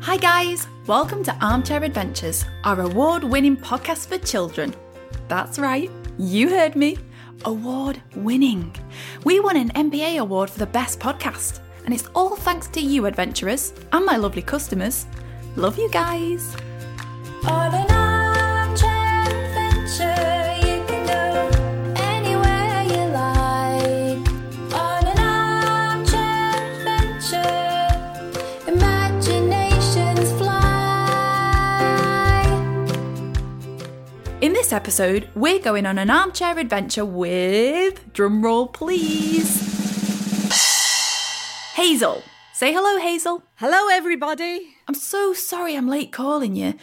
Hi, guys. Welcome to Armchair Adventures, our award winning podcast for children. That's right, you heard me. Award winning. We won an MBA award for the best podcast, and it's all thanks to you, adventurers, and my lovely customers. Love you guys. On an armchair adventure, you can go anywhere you like. On an armchair adventure, imaginations fly. In this episode, we're going on an armchair adventure with. drumroll please. Hazel. Say hello, Hazel. Hello, everybody. I'm so sorry I'm late calling you.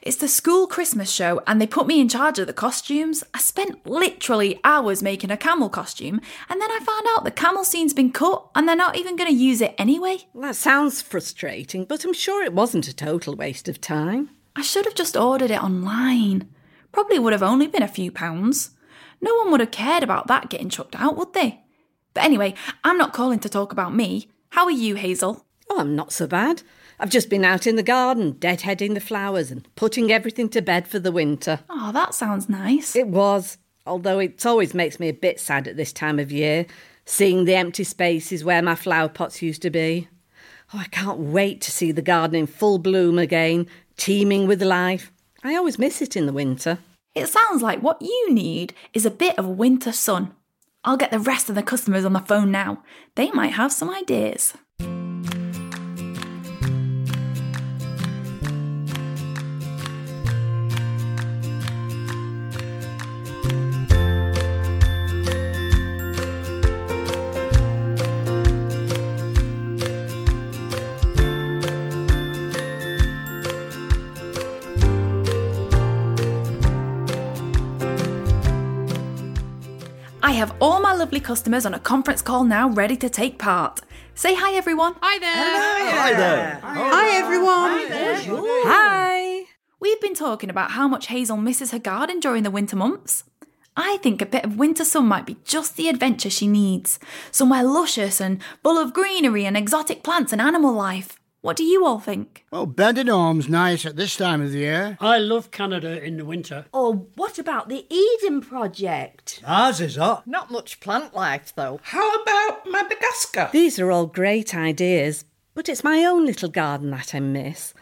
It's the school Christmas show, and they put me in charge of the costumes. I spent literally hours making a camel costume, and then I found out the camel scene's been cut, and they're not even going to use it anyway. That sounds frustrating, but I'm sure it wasn't a total waste of time. I should have just ordered it online. Probably would have only been a few pounds. No one would have cared about that getting chucked out, would they? But anyway, I'm not calling to talk about me. How are you, Hazel? Oh, I'm not so bad. I've just been out in the garden, deadheading the flowers and putting everything to bed for the winter. Oh, that sounds nice. It was, although it always makes me a bit sad at this time of year, seeing the empty spaces where my flower pots used to be. Oh, I can't wait to see the garden in full bloom again, teeming with life. I always miss it in the winter. It sounds like what you need is a bit of winter sun. I'll get the rest of the customers on the phone now. They might have some ideas. I have all my lovely customers on a conference call now ready to take part. Say hi, everyone. Hi there. Hi there. Hi, everyone. Hi. We've been talking about how much Hazel misses her garden during the winter months. I think a bit of winter sun might be just the adventure she needs somewhere luscious and full of greenery and exotic plants and animal life. What do you all think? Well, Bandon Arm's nice at this time of the year. I love Canada in the winter. Or Oh, what about the Eden Project? Ours is up. Not much plant life, though. How about Madagascar? These are all great ideas, but it's my own little garden that I miss.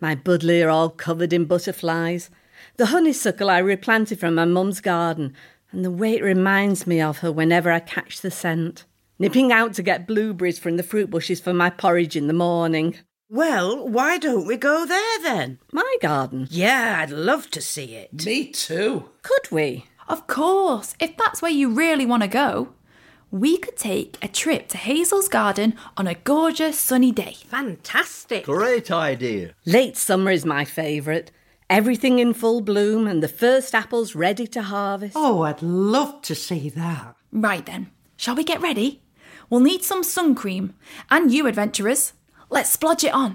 My buddleia are all covered in butterflies, the honeysuckle I replanted from my mum's garden, and the way it reminds me of her whenever I catch the scent. Nipping out to get blueberries from the fruit bushes for my porridge in the morning. Well, why don't we go there then? My garden. Yeah, I'd love to see it. Me too. Could we? Of course, if that's where you really want to go, we could take a trip to Hazel's garden on a gorgeous sunny day. Fantastic. Great idea. Late summer is my favourite. Everything in full bloom and the first apples ready to harvest. Oh, I'd love to see that. Right then, shall we get ready? We'll need some sun cream. And you, adventurers, let's splodge it on.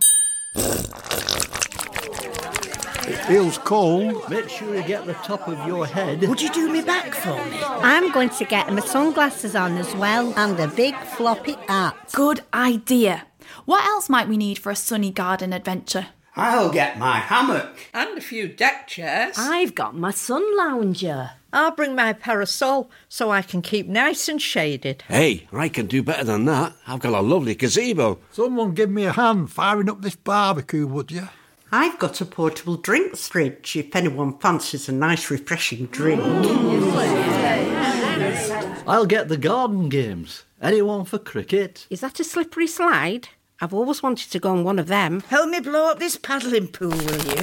It feels cold. Make sure you get the top of your head. Would you do me back for me? I'm going to get my sunglasses on as well and a big floppy hat. Good idea. What else might we need for a sunny garden adventure? I'll get my hammock. And a few deck chairs. I've got my sun lounger. I'll bring my parasol so I can keep nice and shaded. Hey, I can do better than that. I've got a lovely gazebo. Someone give me a hand firing up this barbecue, would you? I've got a portable drink fridge if anyone fancies a nice refreshing drink. I'll get the garden games. Anyone for cricket? Is that a slippery slide? I've always wanted to go on one of them. Help me blow up this paddling pool, will you?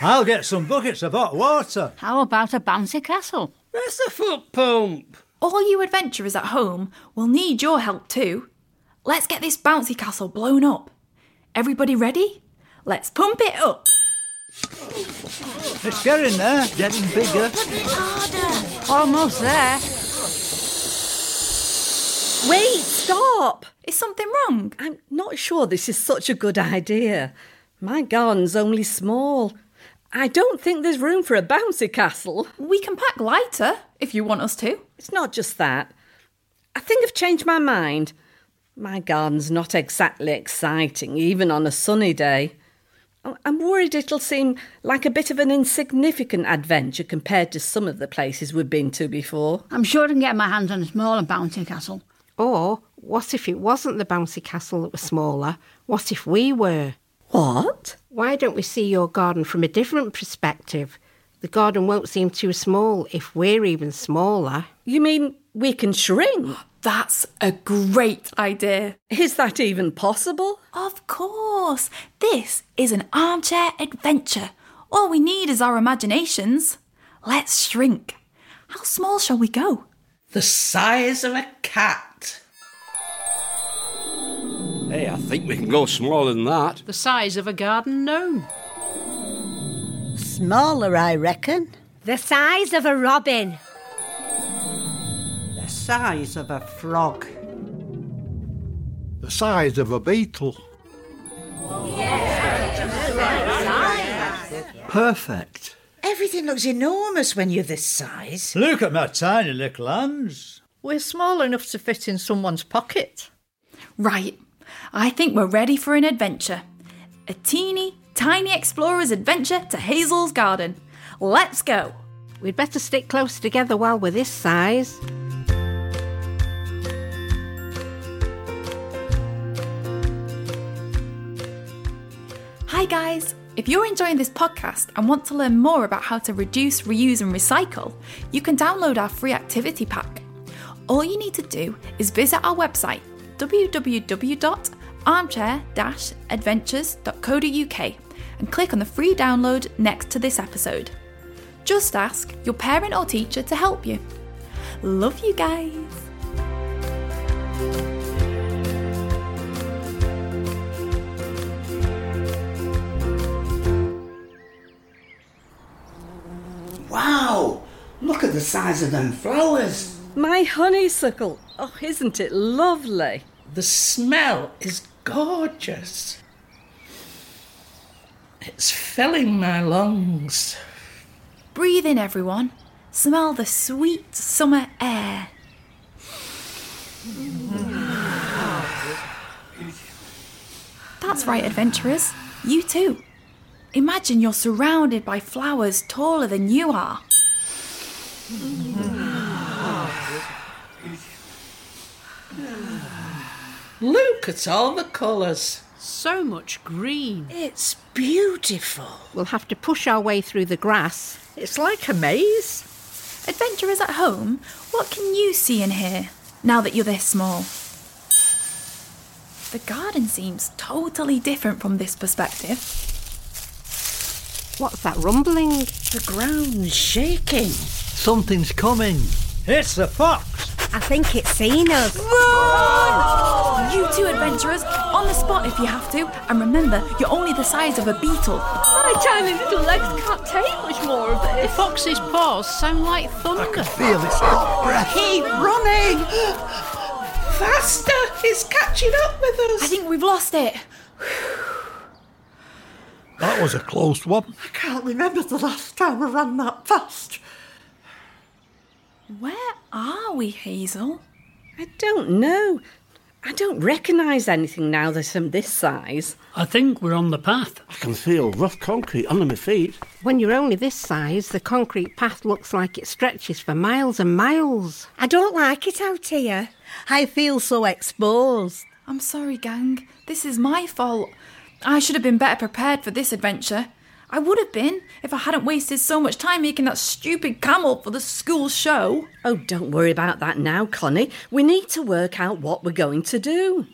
I'll get some buckets of hot water. How about a bouncy castle? That's the foot pump. All you adventurers at home will need your help too. Let's get this bouncy castle blown up. Everybody ready? Let's pump it up. It's getting there. Getting bigger. Almost there. Wait, stop! Is something wrong? I'm not sure this is such a good idea. My garden's only small. I don't think there's room for a bouncy castle. We can pack lighter if you want us to. It's not just that. I think I've changed my mind. My garden's not exactly exciting, even on a sunny day. I- I'm worried it'll seem like a bit of an insignificant adventure compared to some of the places we've been to before. I'm sure I can get my hands on a smaller bouncy castle. Or what if it wasn't the bouncy castle that was smaller? What if we were? What? Why don't we see your garden from a different perspective? The garden won't seem too small if we're even smaller. You mean we can shrink? That's a great idea. Is that even possible? Of course. This is an armchair adventure. All we need is our imaginations. Let's shrink. How small shall we go? The size of a cat. Hey, I think we can go smaller than that. The size of a garden gnome. Smaller, I reckon. The size of a robin. The size of a frog. The size of a beetle. Perfect. Everything looks enormous when you're this size. Look at my tiny little hands. We're small enough to fit in someone's pocket. Right. I think we're ready for an adventure. A teeny, tiny explorer's adventure to Hazel's garden. Let's go. We'd better stick close together while we're this size. Hi, guys. If you're enjoying this podcast and want to learn more about how to reduce, reuse, and recycle, you can download our free activity pack. All you need to do is visit our website www.armchair adventures.co.uk and click on the free download next to this episode. Just ask your parent or teacher to help you. Love you guys! Wow! Look at the size of them flowers. My honeysuckle. Oh, isn't it lovely? The smell is gorgeous. It's filling my lungs. Breathe in, everyone. Smell the sweet summer air. That's right, adventurers. You too. Imagine you're surrounded by flowers taller than you are. Look at all the colours. So much green. It's beautiful. We'll have to push our way through the grass. It's like a maze. Adventurers at home, what can you see and hear now that you're this small? The garden seems totally different from this perspective. What's that rumbling? The ground's shaking. Something's coming. It's the fox. I think it's seen us. You two adventurers, on the spot if you have to, and remember, you're only the size of a beetle. My tiny little legs can't take much more of The fox's paws sound like thunder. Feel its hot breath. Keep running! Faster! It's catching up with us! I think we've lost it. That was a close one. I can't remember the last time I ran that fast. Where are we, Hazel? I don't know. I don't recognise anything now that I'm this size. I think we're on the path. I can feel rough concrete under my feet. When you're only this size, the concrete path looks like it stretches for miles and miles. I don't like it out here. I feel so exposed. I'm sorry, gang. This is my fault. I should have been better prepared for this adventure. I would have been if I hadn't wasted so much time making that stupid camel for the school show. Oh, don't worry about that now, Connie. We need to work out what we're going to do.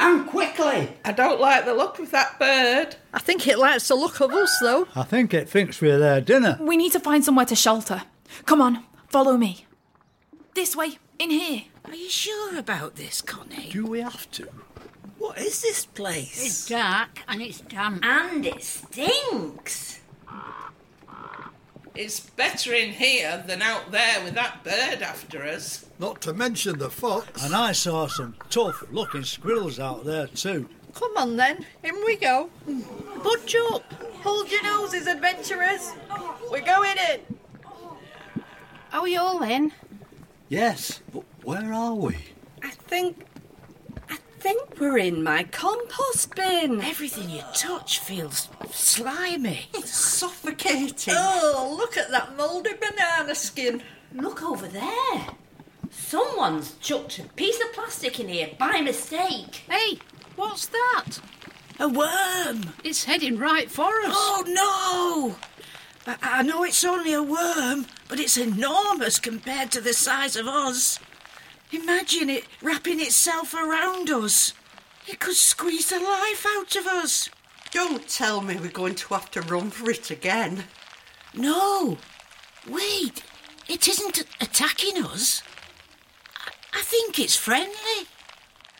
And quickly! I don't like the look of that bird. I think it likes the look of us, though. I think it thinks we're their dinner. We need to find somewhere to shelter. Come on, follow me. This way, in here. Are you sure about this, Connie? Do we have to? What is this place? It's dark and it's damp. And it stinks. It's better in here than out there with that bird after us. Not to mention the fox. And I saw some tough looking squirrels out there too. Come on then, in we go. Budge up. Hold your noses, adventurers. We're going in. Are we all in? Yes, but Where are we? I think. I think we're in my compost bin. Everything you touch feels slimy. It's suffocating. Oh, look at that mouldy banana skin. Look over there. Someone's chucked a piece of plastic in here by mistake. Hey, what's that? A worm! It's heading right for us. Oh no! I, I know it's only a worm, but it's enormous compared to the size of us. Imagine it wrapping itself around us. It could squeeze the life out of us. Don't tell me we're going to have to run for it again. No! Wait, it isn't a- attacking us. I, I think it's friendly.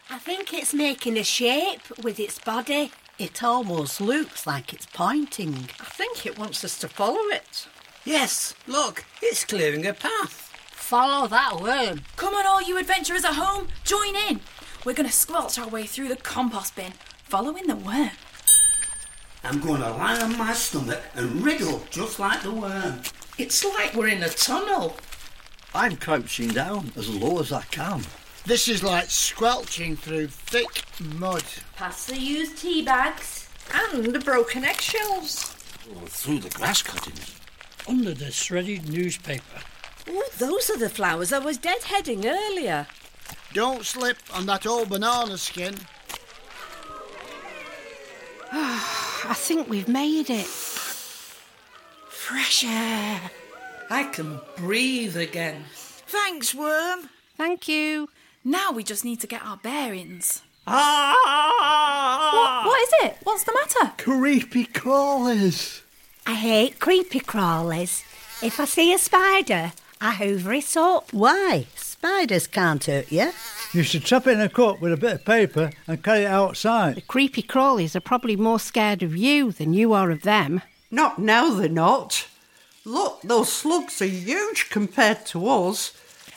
I think it's making a shape with its body. It almost looks like it's pointing. I think it wants us to follow it. Yes, look, it's clearing a path. Follow that worm. Come on, all you adventurers at home, join in. We're going to squelch our way through the compost bin, following the worm. I'm going to lie on my stomach and wriggle just like the worm. It's like we're in a tunnel. I'm crouching down as low as I can. This is like squelching through thick mud. Past the used tea bags. And the broken eggshells. Or through the grass cuttings. Under the shredded newspaper. Oh, those are the flowers I was deadheading earlier. Don't slip on that old banana skin. I think we've made it. Fresh air. I can breathe again. Thanks, worm. Thank you. Now we just need to get our bearings. Ah! What, what is it? What's the matter? Creepy crawlies. I hate creepy crawlies. If I see a spider, I hoover it up. Why? Spiders can't hurt you. You should trap it in a cup with a bit of paper and carry it outside. The creepy crawlies are probably more scared of you than you are of them. Not now, they're not. Look, those slugs are huge compared to us.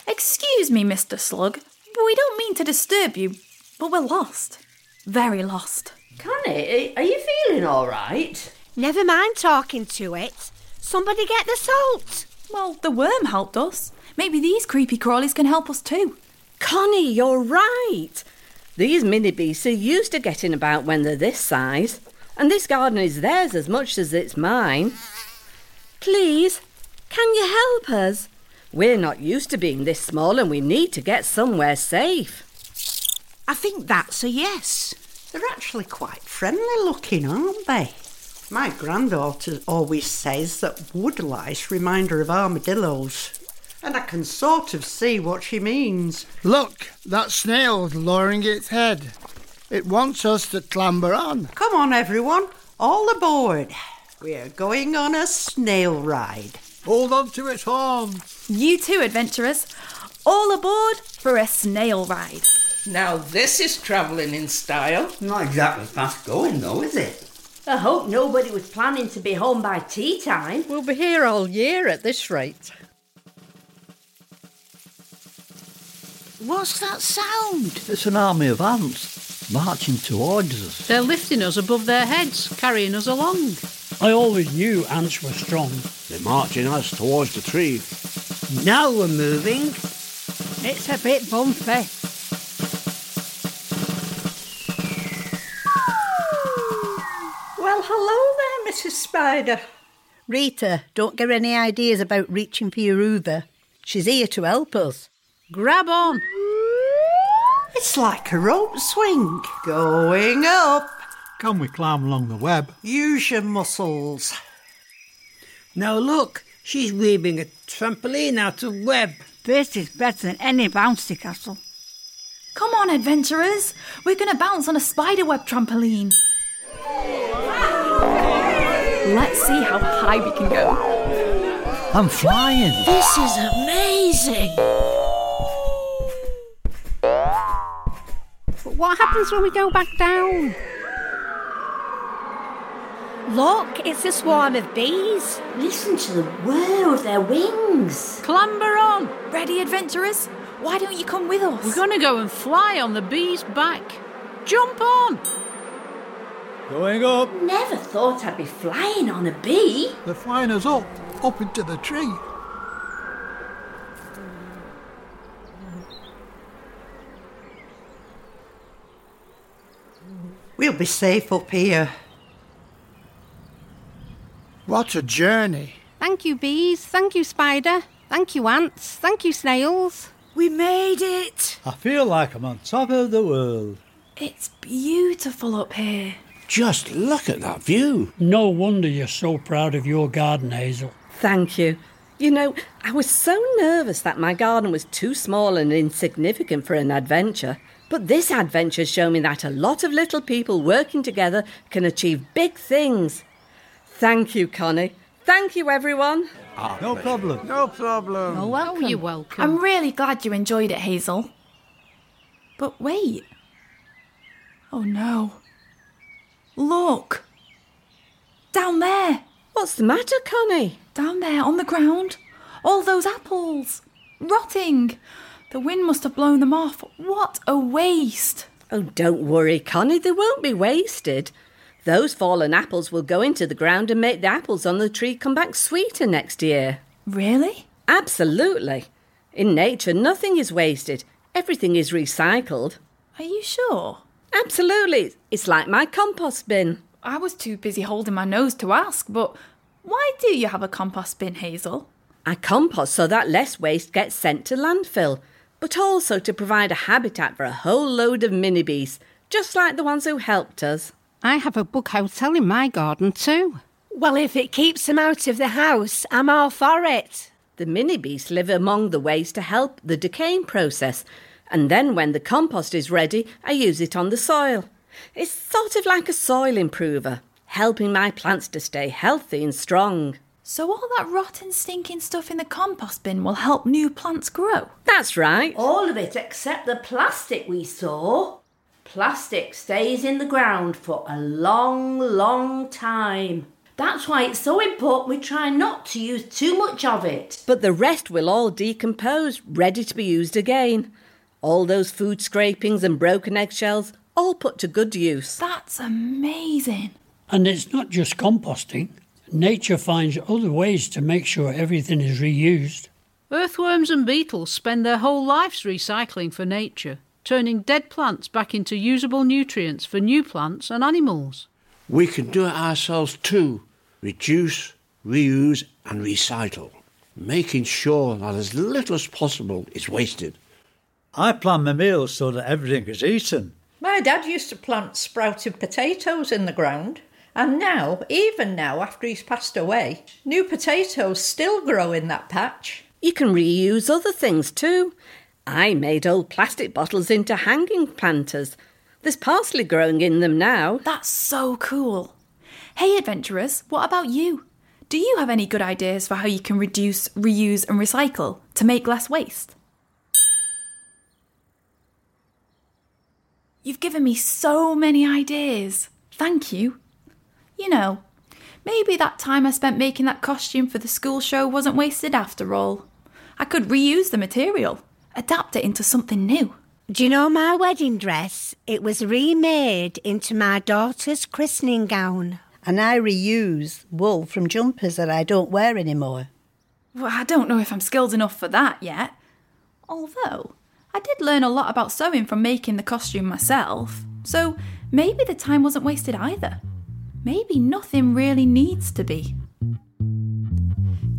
Excuse me, Mr. Slug, but we don't mean to disturb you, but we're lost. Very lost. Connie, are you feeling all right? Never mind talking to it. Somebody get the salt. Well, the worm helped us. Maybe these creepy crawlies can help us too. Connie, you're right. These mini beasts are used to getting about when they're this size, and this garden is theirs as much as it's mine. Please, can you help us? We're not used to being this small and we need to get somewhere safe. I think that's a yes. They're actually quite friendly looking, aren't they? My granddaughter always says that woodlice remind her of armadillos. And I can sort of see what she means. Look, that snail's lowering its head. It wants us to clamber on. Come on, everyone, all aboard. We're going on a snail ride. Hold on to its horns. You too, adventurers. All aboard for a snail ride. Now this is travelling in style. Not exactly fast going, though, is it? I hope nobody was planning to be home by tea time. We'll be here all year at this rate. What's that sound? It's an army of ants marching towards us. They're lifting us above their heads, carrying us along. I always knew ants were strong. They're marching us towards the tree. Now we're moving. It's a bit bumpy. Well, hello there, Mrs. Spider. Rita, don't get any ideas about reaching for your Uber. She's here to help us. Grab on. It's like a rope swing. Going up. Can we climb along the web? Use your muscles. Now look, she's weaving a trampoline out of web. This is better than any bouncy castle. Come on, adventurers. We're going to bounce on a spiderweb trampoline. Let's see how high we can go. I'm flying. This is amazing. But what happens when we go back down? Look, it's a swarm of bees. Listen to the whir of their wings. Clamber on. Ready, adventurers? Why don't you come with us? We're going to go and fly on the bee's back. Jump on. Going up. Never thought I'd be flying on a bee. They're flying us up, up into the tree. We'll be safe up here. What a journey. Thank you, bees. Thank you, spider. Thank you, ants. Thank you, snails. We made it. I feel like I'm on top of the world. It's beautiful up here. Just look at that view. No wonder you're so proud of your garden, Hazel. Thank you. You know, I was so nervous that my garden was too small and insignificant for an adventure. But this adventure showed me that a lot of little people working together can achieve big things. Thank you, Connie. Thank you, everyone. no problem. No problem. You're welcome. Oh, you're welcome. I'm really glad you enjoyed it, Hazel. But wait. Oh no. Look. Down there. What's the matter, Connie? Down there on the ground. All those apples. Rotting. The wind must have blown them off. What a waste. Oh, don't worry, Connie. They won't be wasted. Those fallen apples will go into the ground and make the apples on the tree come back sweeter next year. Really? Absolutely. In nature, nothing is wasted, everything is recycled. Are you sure? Absolutely. It's like my compost bin. I was too busy holding my nose to ask, but why do you have a compost bin, Hazel? I compost so that less waste gets sent to landfill, but also to provide a habitat for a whole load of mini bees, just like the ones who helped us. I have a bug hotel in my garden too. Well, if it keeps them out of the house, I'm all for it. The mini bees live among the waste to help the decaying process, and then when the compost is ready, I use it on the soil. It's sort of like a soil improver, helping my plants to stay healthy and strong. So all that rotten, stinking stuff in the compost bin will help new plants grow. That's right. All of it except the plastic we saw. Plastic stays in the ground for a long, long time. That's why it's so important we try not to use too much of it. But the rest will all decompose, ready to be used again. All those food scrapings and broken eggshells, all put to good use. That's amazing. And it's not just composting. Nature finds other ways to make sure everything is reused. Earthworms and beetles spend their whole lives recycling for nature, turning dead plants back into usable nutrients for new plants and animals. We can do it ourselves too. Reduce, reuse, and recycle, making sure that as little as possible is wasted. I plan my meals so that everything is eaten. My dad used to plant sprouted potatoes in the ground, and now, even now after he's passed away, new potatoes still grow in that patch. You can reuse other things too. I made old plastic bottles into hanging planters. There's parsley growing in them now. That's so cool. Hey, adventurers, what about you? Do you have any good ideas for how you can reduce, reuse, and recycle to make less waste? You've given me so many ideas. Thank you. You know, maybe that time I spent making that costume for the school show wasn't wasted after all. I could reuse the material, adapt it into something new. Do you know my wedding dress? It was remade into my daughter's christening gown. And I reuse wool from jumpers that I don't wear anymore. Well, I don't know if I'm skilled enough for that yet. Although, I did learn a lot about sewing from making the costume myself, so maybe the time wasn't wasted either. Maybe nothing really needs to be.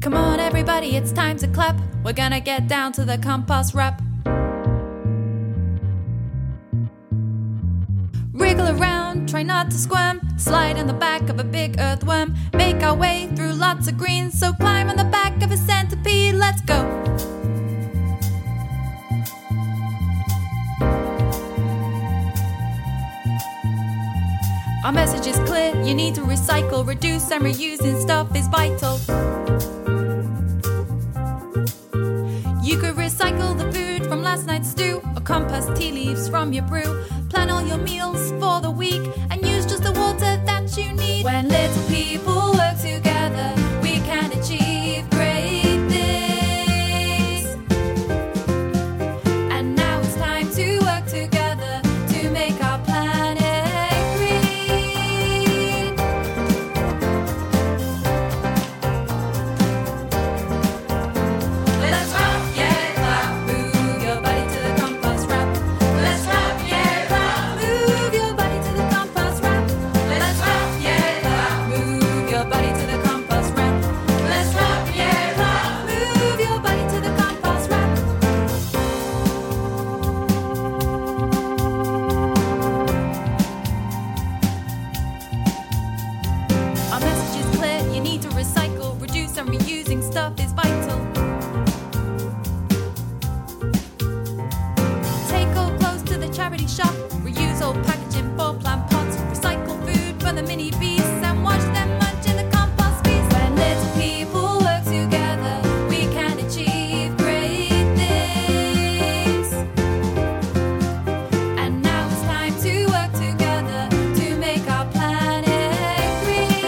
Come on, everybody, it's time to clap. We're gonna get down to the compost wrap. Wriggle around, try not to squirm. Slide on the back of a big earthworm. Make our way through lots of greens. So climb on the back of a centipede. Let's go. Our message is clear you need to recycle, reduce, and reusing stuff is vital. You could recycle the food from last night's stew, or compost tea leaves from your brew. Plan all your meals for the week and use just the water that you need. When little people work together, we can achieve great things. And now it's time to work together to make our planet green. Let's rap, yeah, rap, move your body to the compost rap. Let's rap, yeah, rap, move your body to the compost Reusing stuff is vital. Take old clothes to the charity shop. Reuse old packaging for plant pots. Recycle food for the mini bees and watch them munch in the compost piece. When little people work together, we can achieve great things. And now it's time to work together to make our planet green.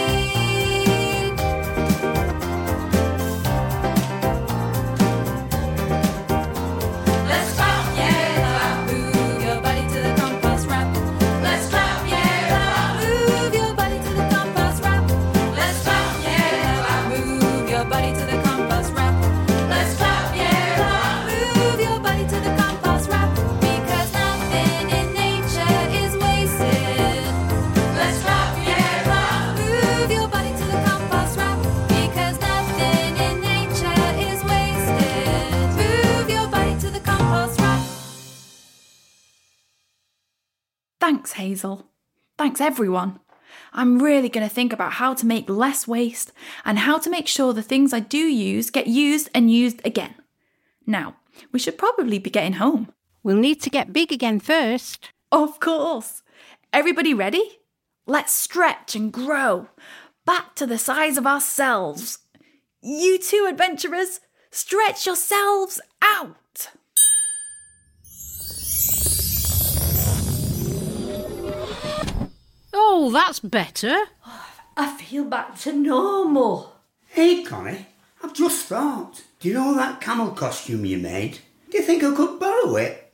Let's clap, yeah, clap, move your body to the compost wrap. Let's clap, yeah, clap, move your body to the compost wrap. Let's clap, yeah, clap, move your body to the compost wrap. Let's clap, yeah, clap, move your body to the compost wrap. Because nothing in nature is wasted. Let's clap, yeah, clap, move your body to the compost wrap. Because nothing in nature is wasted. Move your body to the compost wrap. Thanks, Hazel. Thanks, everyone. I'm really going to think about how to make less waste and how to make sure the things I do use get used and used again. Now, we should probably be getting home. We'll need to get big again first. Of course. Everybody ready? Let's stretch and grow back to the size of ourselves. You too, adventurers, stretch yourselves out. Oh, that's better. I feel back to normal. Hey, Connie, I've just thought. Do you know that camel costume you made? Do you think I could borrow it?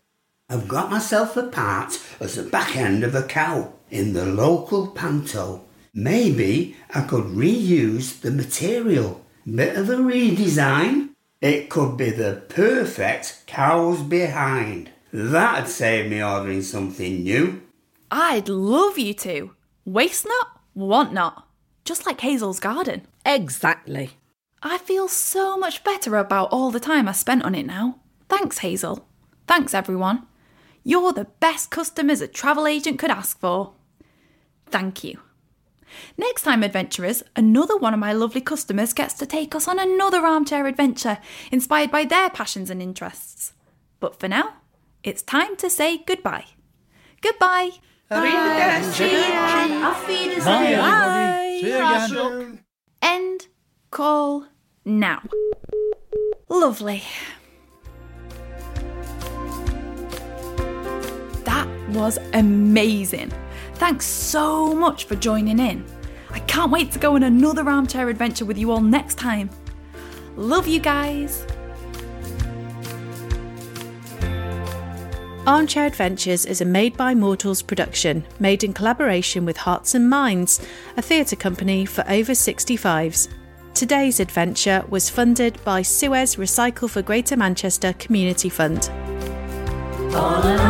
I've got myself a part as the back end of a cow in the local panto. Maybe I could reuse the material. Bit of a redesign. It could be the perfect cows behind. That'd save me ordering something new. I'd love you to. Waste not, want not. Just like Hazel's garden. Exactly. I feel so much better about all the time I spent on it now. Thanks, Hazel. Thanks, everyone. You're the best customers a travel agent could ask for. Thank you. Next time, adventurers, another one of my lovely customers gets to take us on another armchair adventure inspired by their passions and interests. But for now, it's time to say goodbye. Goodbye. Auf Wiedersehen. Bye. End call now. Lovely. That was amazing. Thanks so much for joining in. I can't wait to go on another armchair adventure with you all next time. Love you guys. Armchair Adventures is a Made by Mortals production, made in collaboration with Hearts and Minds, a theatre company for over 65s. Today's adventure was funded by Suez Recycle for Greater Manchester Community Fund. All alone.